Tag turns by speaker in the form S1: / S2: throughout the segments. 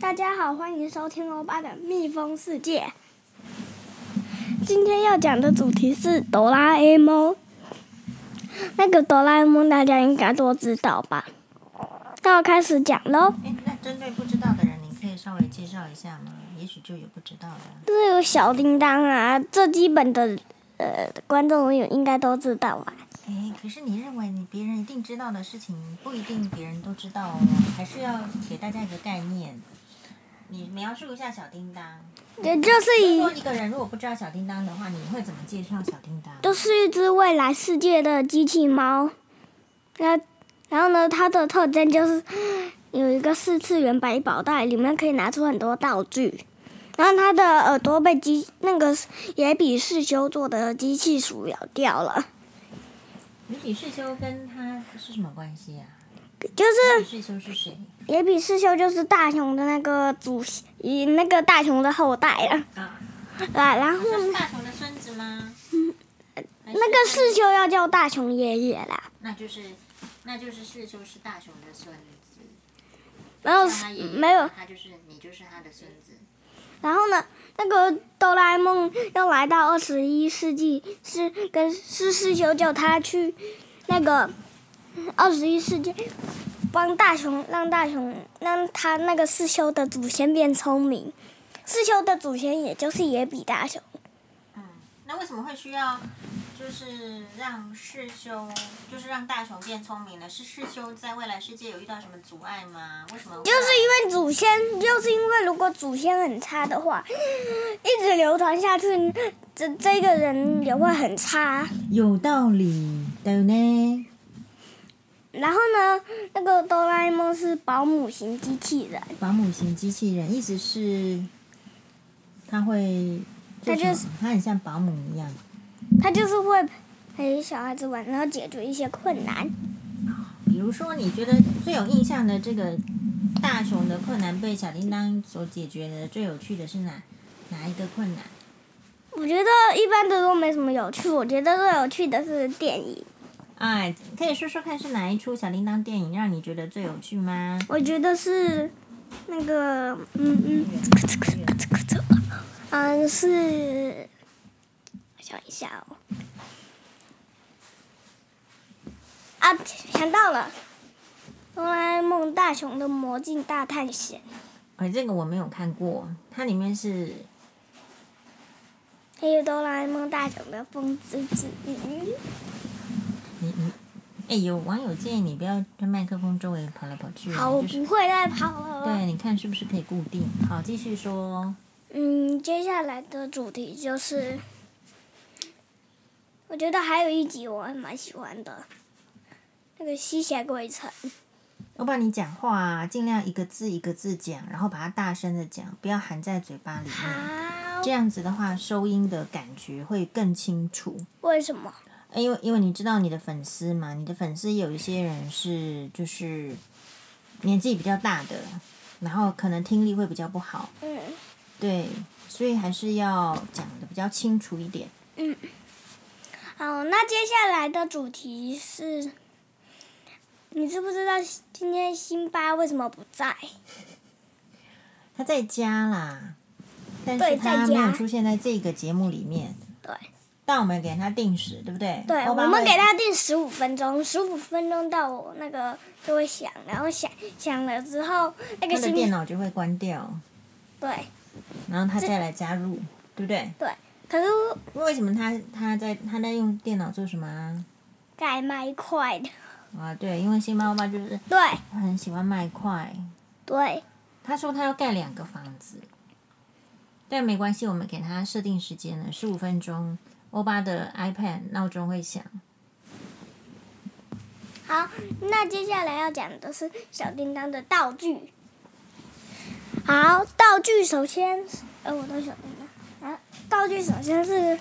S1: 大家好，欢迎收听欧巴的《蜜蜂世界》。今天要讲的主题是哆啦 A 梦。那个哆啦 A 梦大家应该都知道吧？那我开始讲喽。
S2: 哎，那针对不知道的人，你可以稍微介绍一下吗？也许就有不知道的。
S1: 这有小叮当啊，这基本的呃观众朋友应该都知道吧？啊
S2: 哎，可是你认为你别人一定知道的事情，不一定别人都知道哦，还是要给大家一个概念。你描述一下小叮当。
S1: 也就是
S2: 就
S1: 以
S2: 是说一个人如果不知道小叮当的话，你会怎么介绍小叮当？
S1: 就是一只未来世界的机器猫。那然后呢，它的特征就是有一个四次元百宝袋，里面可以拿出很多道具。然后它的耳朵被机那个也比士修做的机器鼠咬掉了，
S2: 你比世修跟他是什么关系啊？
S1: 嗯就是
S2: 比世修是谁？
S1: 也比士修就是大雄的那个祖先，以那个大雄的后代啊。
S2: 啊，
S1: 啊，然后
S2: 就是大雄的孙子吗？还
S1: 嗯那个
S2: 他
S1: 士修要叫大雄爷爷啦，
S2: 那就是，那就是世修是大雄的孙子，
S1: 然后
S2: 像他爷爷
S1: 哦没有
S2: 他就是你就是他的孙子。
S1: 然后呢，那个哆啦 A 梦要来到二十一世纪，是跟是师兄叫他去那个二十一世纪，帮大雄让大雄让他那个师兄的祖先变聪明，师兄的祖先也就是也比大雄，
S2: 嗯，那为什么会需要，就是让世修，就是让大雄变聪明呢？是世修在未来世界有遇到什么阻碍吗？为什么会？
S1: 就是因为祖先，就是因为如果祖先很差的话，一直流传下去，这这个人也会很差。
S2: 有道理的呢。
S1: 然后呢，那个哆啦 A 梦是保姆型机器人。
S2: 保姆型机器人意思是，他会
S1: 做它就什么是
S2: 他很像保姆一样。
S1: 他就是会陪小孩子玩，然后解决一些困难。
S2: 比如说，你觉得最有印象的这个大熊的困难被小叮当所解决的，最有趣的是哪哪一个困难？
S1: 我觉得一般的都没什么有趣，我觉得最有趣的是电影。
S2: 哎，可以说说看是哪一出小叮当电影让你觉得最有趣吗？
S1: 我觉得是那个，嗯嗯，嗯是，我想一下哦。啊，想到了，《哆啦 A 梦大雄的魔镜大探险
S2: 哎，这个我没有看过，它里面是》，
S1: 还有《哆啦 A 梦大雄的风之之旅》。
S2: 你你，哎，有网友建议你不要在麦克风周围跑来跑去，啊
S1: 好，我
S2: 就是
S1: 不会再跑了。
S2: 对，你看是不是可以固定？好，继续说。
S1: 嗯，接下来的主题就是，我觉得还有一集我还蛮喜欢的，那个吸血鬼城。
S2: 要不然你讲话、啊、尽量一个字一个字讲，然后把它大声的讲，不要含在嘴巴里面。
S1: 好
S2: 这，样子的话，收音的感觉会更清楚。
S1: 为什么？
S2: 哎因为因为你知道你的粉丝嘛，你的粉丝有一些人是就是年纪比较大的，然后可能听力会比较不好，
S1: 嗯
S2: 对，所以还是要讲的比较清楚一点。
S1: 嗯。好，那接下来的主题是，你知不知道今天辛巴为什么不在？
S2: 他在家啦，但
S1: 对
S2: 是
S1: 在
S2: 他没有
S1: 家
S2: 出现在这个节目里面，
S1: 对
S2: 但我们给他定时，对不对？
S1: 对，
S2: 欧巴
S1: 我们
S2: 会
S1: 给他定十五分钟，十五分钟到我那个就会响，然后响响了之后，那个
S2: 他的
S1: 辛
S2: 电脑就会关掉，
S1: 对
S2: 然后他
S1: 这
S2: 再来加入，对不对？
S1: 对，可是我
S2: 为什么他他在他在用电脑做什么啊？
S1: 改麦块的。
S2: 啊，对，因为新妈妈就是
S1: 对
S2: 她很喜欢卖块，
S1: 对，
S2: 她说她要盖两个房子，但没关系，我们给她设定时间了，十五分钟。欧巴的 iPad 闹钟会响，
S1: 好，那接下来要讲的是小叮当的道具。好，道具首先，呃，我的小叮当，啊，道具首先是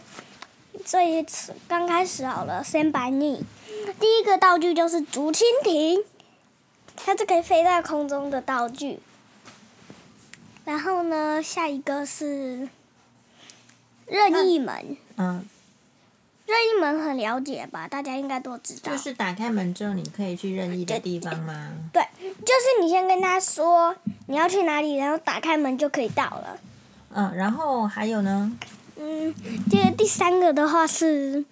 S1: 这一次刚开始好了，先白你。第一个道具就是竹蜻蜓，它是可以飞在空中的道具。然后呢，下一个是任意门，
S2: 嗯，
S1: 任任意门很了解吧？大家应该都知道。
S2: 就是打开门之后，你可以去任意的地方吗？
S1: 对，就是你先跟他说你要去哪里，然后打开门就可以到了。
S2: 嗯，然后还有呢？
S1: 嗯，这个第三个的话是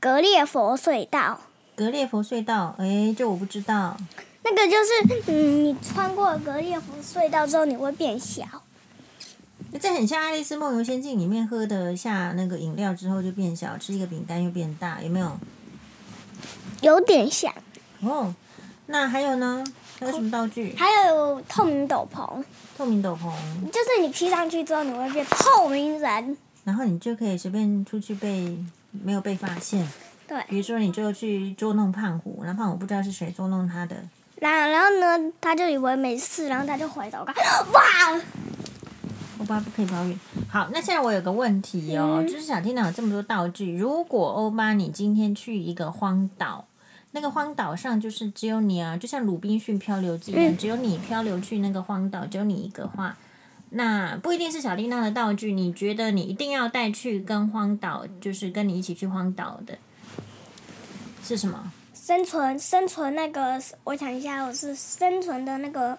S1: 格列佛隧道，
S2: 格列佛隧道，哎，这我不知道。
S1: 那个就是嗯，你穿过格列佛隧道之后你会变小。
S2: 这很像《爱丽丝梦游仙境》里面喝的下那个饮料之后就变小，吃一个饼干又变大，有没有？
S1: 有点像，
S2: 哦，那还有呢？还有什么道具？
S1: 还有透明斗篷，
S2: 透明斗篷，
S1: 就是你披上去之后，你会变透明人。
S2: 然后你就可以随便出去被没有被发现。
S1: 对，
S2: 比如说，你就去捉弄胖虎，然后胖虎不知道是谁捉弄他的。
S1: 然然后呢，他就以为没事，然后他就回头看，哇！
S2: 欧巴不可以抱怨。好，那现在我有个问题哦，就是小天堂有这么多道具，如果欧巴你今天去一个荒岛，那个荒岛上就是只有你啊，就像《鲁滨逊漂流记》一样，只有你漂流去那个荒岛，只有你一个话，那不一定是小叮当的道具，你觉得你一定要带去跟荒岛，就是跟你一起去荒岛的是什么？
S1: 生存生存那个，我想一下，我是生存的那个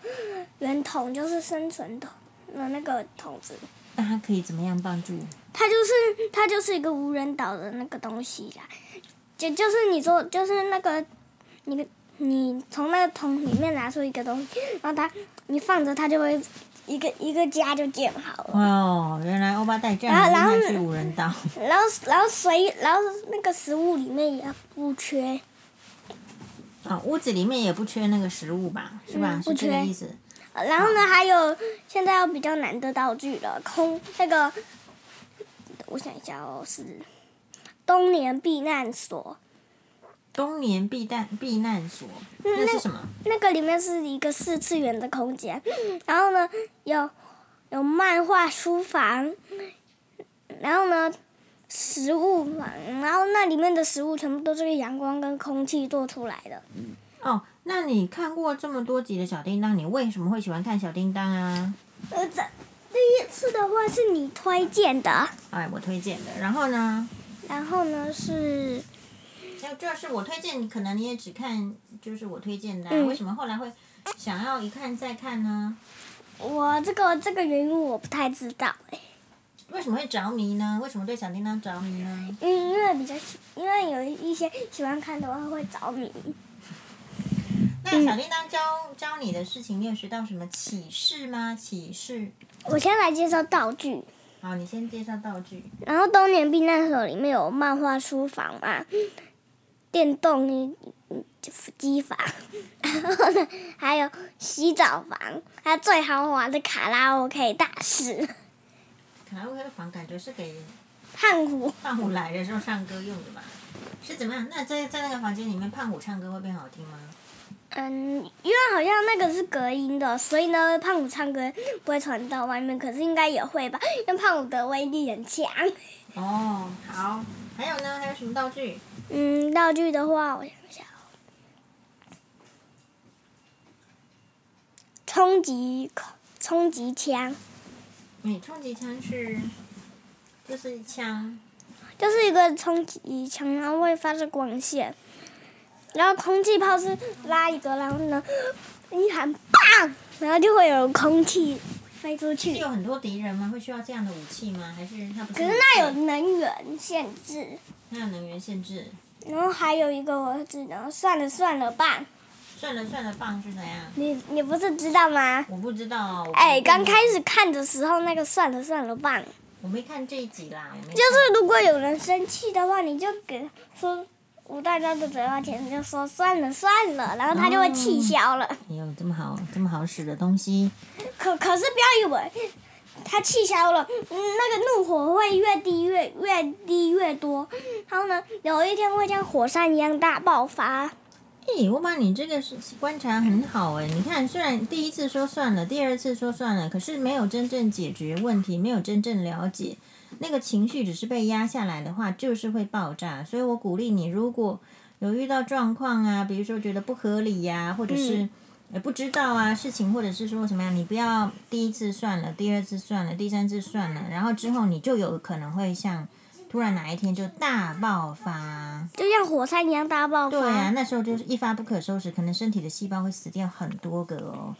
S1: 圆筒，就是生存筒的那个筒子，
S2: 那它可以怎么样帮助？
S1: 它就是它就是一个无人岛的那个东西啦，就就是你说就是那个你你从那个桶里面拿出一个东西，然后它你放着它就会一个一个家就建好了，
S2: 哦，原来欧巴带这样
S1: 然后
S2: 厉害
S1: 然后
S2: 去无人岛。
S1: 然后然后水然后那个食物里面也不缺，
S2: 啊、屋子里面也不缺那个食物吧，是吧？
S1: 嗯
S2: 是
S1: 不
S2: 这个
S1: 缺
S2: 意思。
S1: 然后呢，还有现在有比较难的道具了，空那个，我想一下哦，是冬眠避难所，
S2: 冬眠避难避难所，那是什么？
S1: 嗯那个里面是一个四次元的空间，然后呢有有漫画书房，然后呢食物房，然后那里面的食物全部都是阳光跟空气做出来的。
S2: 哦，那你看过这么多集的小叮当，你为什么会喜欢看小叮当啊？
S1: 呃，这第一次的话是你推荐的，
S2: 哎，我推荐的。然后呢，
S1: 然后呢是。
S2: 那就是我推荐，可能你也只看就是我推荐的啊、
S1: 嗯
S2: 为什么后来会想要一看再看呢？
S1: 我这个这个原因我不太知道哎、
S2: 为什么会着迷呢？为什么对小叮当着迷呢？
S1: 嗯，因为比较喜，因为有一些喜欢看的话会着迷。
S2: 那小
S1: 嗯
S2: 叮当教教你的事情，你有学到什么启示吗？启示。
S1: 我先来介绍道具，
S2: 好，你先介绍道具。
S1: 然后《冬眠避难所》里面有漫画书房嘛，电动机房， 然后呢还有洗澡房，还有最豪华的卡拉 OK 大师，
S2: 卡拉 OK 的房感觉是给
S1: 胖虎
S2: 胖虎来的时候唱歌用的吧？是怎么样？那在在那个房间里面，胖虎唱歌会变好听吗？
S1: 嗯，因为好像那个是隔音的，所以呢，胖虎唱歌不会传到外面，可是应该也会吧，因为胖虎的威力很强。
S2: 哦，好，还有呢？还有什么道具？
S1: 嗯，道具的话，我想一下哦，冲击口冲击枪
S2: 你冲击枪是，就是枪，
S1: 就是一个冲击枪，然后会发射光线，然后空气炮是拉一个，然后呢一喊棒，然后就会有空气飞出去
S2: 是。有很多敌人吗？会需要这样的武器吗？还是它不是
S1: 可
S2: 武器？
S1: 是那有能源限制，
S2: 那有能源限制。
S1: 然后还有一个我只能算了算了吧，
S2: 算了算了，棒是怎样？
S1: 你你不是知道吗？
S2: 我不知道。我
S1: 哎，
S2: 没
S1: 刚
S2: 看过
S1: 开始看的时候那个算了算了吧，
S2: 我没看这一集啦，我没看
S1: 就是如果有人生气的话，你就给他说吴大家的嘴巴甜，就说算了算了，然后他就会气消了。
S2: 哎呦，这么好这么好使的东西。
S1: 可可是不要以为他气消了，嗯，那个怒火会越低越越低越多，然后呢，有一天会像火山一样大爆发。
S2: 嘿，哎我把你这个是观察很好哎。你看，虽然第一次说算了，第二次说算了，可是没有真正解决问题，没有真正了解那个情绪，只是被压下来的话，就是会爆炸。所以我鼓励你，如果有遇到状况啊，比如说觉得不合理呀、或者是
S1: 嗯
S2: 呃不知道啊事情，或者是说什么样，你不要第一次算了，第二次算了，第三次算了，然后之后你就有可能会像突然哪一天就大爆发。
S1: 就像火山一样大爆发。
S2: 对啊，那时候就是一发不可收拾，可能身体的细胞会死掉很多个哦，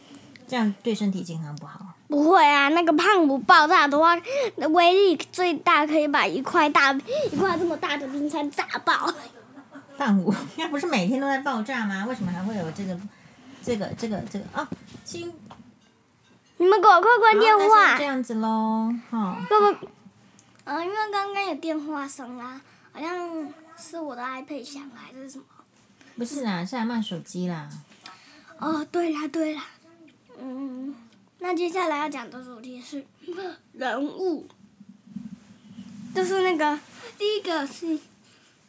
S2: 这样对身体健康不好。
S1: 不会啊，那个胖虎爆炸的话，威力最大可以把一块大一块这么大的冰山炸爆。
S2: 但我 那不是每天都在爆炸吗？为什么还会有这个、这个、这个、这个啊？新
S1: 你们给我快关电
S2: 好那
S1: 话
S2: 先这，样子喽，哈、
S1: 给我。呃，因为刚刚有电话声啦，好像是我的 iPad 响了还是什么。
S2: 不是啦，是阿骂手机啦。
S1: 哦，对啦对啦，嗯，那接下来要讲的主题是人物，就是那个第一个是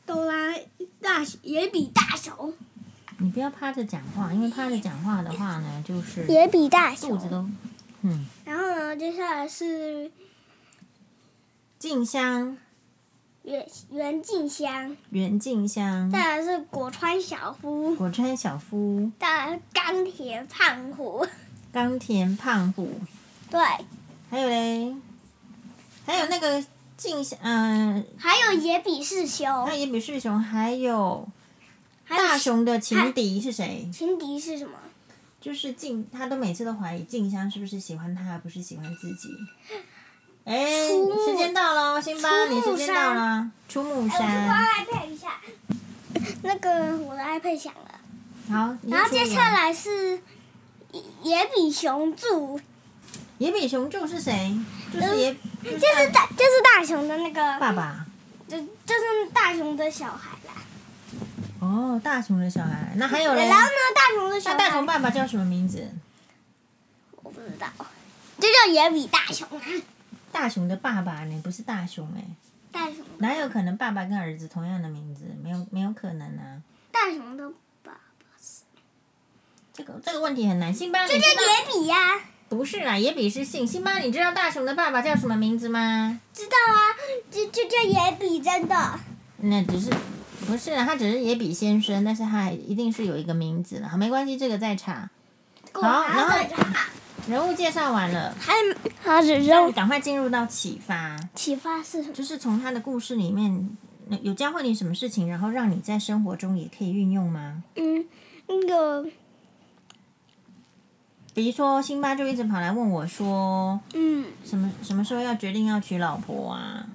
S1: 哆啦大野比大雄，
S2: 你不要趴着讲话，因为趴着讲话的话呢，就是
S1: 野比大
S2: 肚子都，嗯，
S1: 然后呢，接下来是
S2: 静香、
S1: 袁袁静香，
S2: 袁静香、
S1: 再来是果川小夫，
S2: 果川小夫、
S1: 再来是钢铁胖虎，
S2: 冈田胖虎，
S1: 对，
S2: 还有嘞，还有那个静香，嗯、
S1: 还有野比世雄
S2: 还，有野比世雄，还有
S1: 哦还有
S2: 大雄的情敌是谁？
S1: 情敌是什么？
S2: 就是静，他都每次都怀疑静香是不是喜欢他，而不是喜欢自己。哎，
S1: 出木
S2: 时间到喽，辛巴，
S1: 出
S2: 你
S1: 木
S2: 时间到了，出
S1: 哎，
S2: 木
S1: 我去关
S2: 山。
S1: iPad 一下。那个我的 iPad 响了，
S2: 好，你
S1: 然后
S2: 出
S1: 接
S2: 野
S1: 下来是野比雄助，
S2: 野比雄助是谁？就是
S1: 嗯
S2: 野，就
S1: 就是是大就是大雄的那
S2: 大
S1: 个，
S2: 爸爸。
S1: 就就是大雄的小孩啦。
S2: 哦，大雄的小孩。那还有嘞
S1: 嗯然？后呢，大雄的小
S2: 那
S1: 孩，
S2: 大雄爸爸叫什么名字？
S1: 我不知道，就叫野比大雄啊，
S2: 大雄的爸爸呢？不是大雄哎、
S1: 大雄
S2: 哪有可能爸爸跟儿子同样的名字？没有，没有可能啊！
S1: 大雄的爸爸是，
S2: 这个这个问题很难。辛巴，你
S1: 就
S2: 知
S1: 叫
S2: 道
S1: 野比呀、
S2: 不是啦，野比是姓。辛巴，你知道大雄的爸爸叫什么名字吗？
S1: 知道啊，就就叫野比，真的。
S2: 那只是不是啦，他只是野比先生，但是他还一定是有一个名字了。好，没关系，这个再查。
S1: 果然
S2: 然后
S1: 的
S2: 人物介绍完了，
S1: 还还只
S2: 那
S1: 扔
S2: 赶快进入到启发。
S1: 启发是什么？
S2: 就是从他的故事里面那有教会你什么事情，然后让你在生活中也可以运用吗？
S1: 嗯，那个
S2: 比如说，辛巴就一直跑来问我说，
S1: 嗯。
S2: 什么什么时候要决定要娶老婆啊？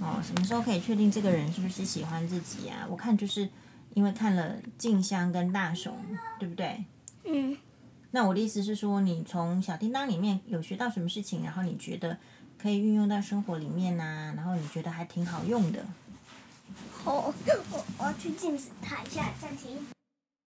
S2: 哦，什么时候可以确定这个人是不是喜欢自己啊？我看就是因为看了静香跟大雄，对不对？
S1: 嗯，
S2: 那我的意思是说，你从小叮当里面有学到什么事情，然后你觉得可以运用到生活里面呐、然后你觉得还挺好用的。
S1: 好，我我要去镜子看一下暂停。